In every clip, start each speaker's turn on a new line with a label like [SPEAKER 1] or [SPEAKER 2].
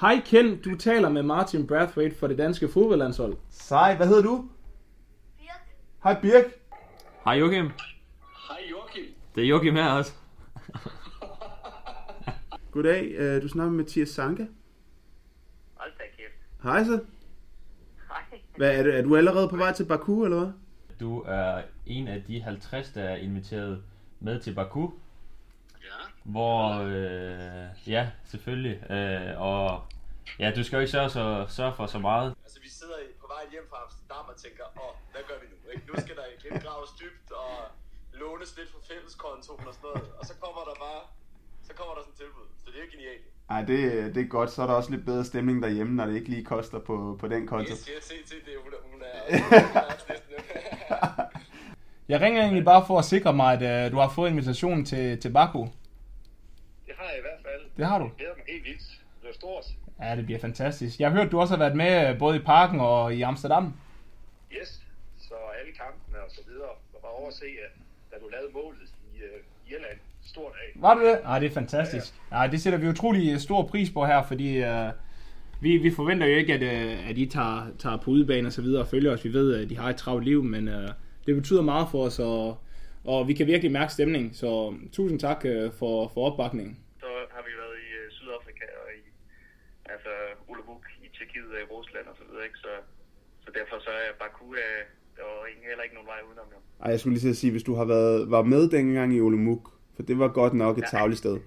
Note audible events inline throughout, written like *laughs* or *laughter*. [SPEAKER 1] Hej Ken, du taler med Martin Brathwaite for det danske fodboldlandshold.
[SPEAKER 2] Sej, hvad hedder du? Hej Birk.
[SPEAKER 3] Hej Joachim.
[SPEAKER 4] Hej Joachim.
[SPEAKER 3] Det er Joachim her også.
[SPEAKER 2] Goddag, øh, du snakker med Mathias Sanka.
[SPEAKER 4] Hold da kæft.
[SPEAKER 2] Hej så.
[SPEAKER 4] Hej.
[SPEAKER 2] Hvad, er, du, er du allerede på vej til Baku, eller hvad?
[SPEAKER 3] Du er en af de 50, der er inviteret med til Baku,
[SPEAKER 4] Ja.
[SPEAKER 3] hvor... Øh, ja, selvfølgelig. Øh, og ja, du skal jo ikke sørge, så, sørge for så meget.
[SPEAKER 4] Altså, vi sidder i- på vej hjem fra Amsterdam og tænker, åh, hvad gør vi nu? Ikke? Nu skal der *laughs* igen graves dybt og lånes lidt fra fælleskontoen og sådan noget. Og så kommer der bare, så kommer der sådan et tilbud. Så det er jo genialt.
[SPEAKER 2] Ej, det, det er godt. Så er der også lidt bedre stemning derhjemme, når det ikke lige koster på, på den konto.
[SPEAKER 4] Yes, yes, yes, yes, det er hun, er- hun er...
[SPEAKER 1] *laughs* Jeg ringer egentlig bare for at sikre mig, at øh, du har fået invitationen til, til Baku.
[SPEAKER 4] *laughs* Det har jeg i hvert fald.
[SPEAKER 1] Det har du.
[SPEAKER 4] glæder mig helt vildt. Det er stort.
[SPEAKER 1] Ja, det bliver fantastisk. Jeg har hørt, du også har været med øh, både i parken og i Amsterdam.
[SPEAKER 4] Yes, så alle kampene og så videre. Og bare over at se, at da du lavede målet i uh, Irland, stort af.
[SPEAKER 1] Var du Ah, det? Nej, det er fantastisk. Nej, det sætter vi utrolig øh, stor pris på her, fordi øh, vi, vi forventer jo ikke, at, øh, at I tager, tager på udebane og så videre og følger os. Vi ved, at de har et travlt liv, men øh, det betyder meget for os, og, og vi kan virkelig mærke stemningen. Så tusind tak øh, for, for opbakningen.
[SPEAKER 4] Så har vi været i øh, Sydafrika og i altså Ulabuk i Tjekkiet og i Rusland og så videre, ikke? Så, så derfor så er Baku øh, der var ingen, heller ikke nogen vej udenom jo.
[SPEAKER 2] Ej, jeg skulle lige til at sige, hvis du har været var med dengang i Olomouc, for det var godt nok et tavligt sted,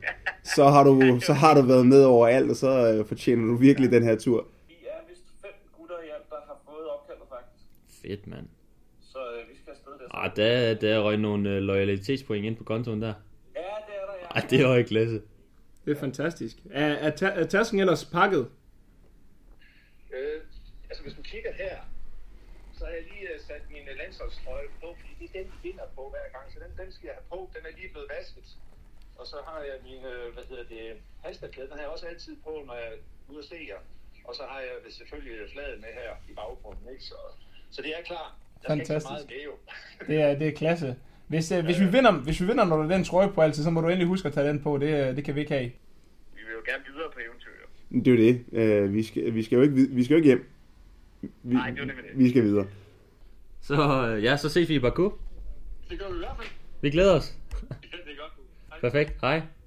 [SPEAKER 2] så har du, så har du været med over alt, og så øh, fortjener du virkelig den her tur.
[SPEAKER 5] Vi er vist fem gutter i alt, der har fået opkaldet faktisk.
[SPEAKER 3] Fedt, mand.
[SPEAKER 5] Så øh, vi skal afsted der.
[SPEAKER 3] Ah, der, der røg nogle øh, loyalitetspoint ind på kontoen der.
[SPEAKER 5] Ja, det er der, ja.
[SPEAKER 3] Ah, det var ikke klasse.
[SPEAKER 1] Det er fantastisk. Er, er, ta- er tasken ellers pakket?
[SPEAKER 4] Øh, altså hvis du kigger her, så har jeg lige øh, sat min øh, landsholdstrøje på, fordi det er den, vi vinder på hver gang. Så den, den skal jeg have på. Den er lige blevet vasket. Og så har jeg min, øh, hvad hedder det, halsterkæde, den har jeg også altid på, når jeg er ude at se jer. Og så har jeg øh, selvfølgelig flaget med her i baggrunden, ikke? Så, så det er klar. Der skal ikke så meget med jo.
[SPEAKER 1] Det er, det er klasse. Hvis, øh, hvis, vi vinder, hvis vi vinder, når du har den trøje på altid, så må du endelig huske at tage den på. Det, øh, det kan vi ikke have.
[SPEAKER 4] vi vil jo gerne videre på eventyr.
[SPEAKER 2] Det er jo det. Øh, vi, skal, vi, skal jo ikke, vid- vi skal jo ikke hjem. Vi,
[SPEAKER 4] Nej, det er jo nemlig det.
[SPEAKER 2] vi skal videre.
[SPEAKER 3] Så øh, ja, så ses vi i Baku.
[SPEAKER 4] Det gør vi i hvert fald.
[SPEAKER 3] Vi glæder os.
[SPEAKER 4] det er godt.
[SPEAKER 3] Perfekt. Hej.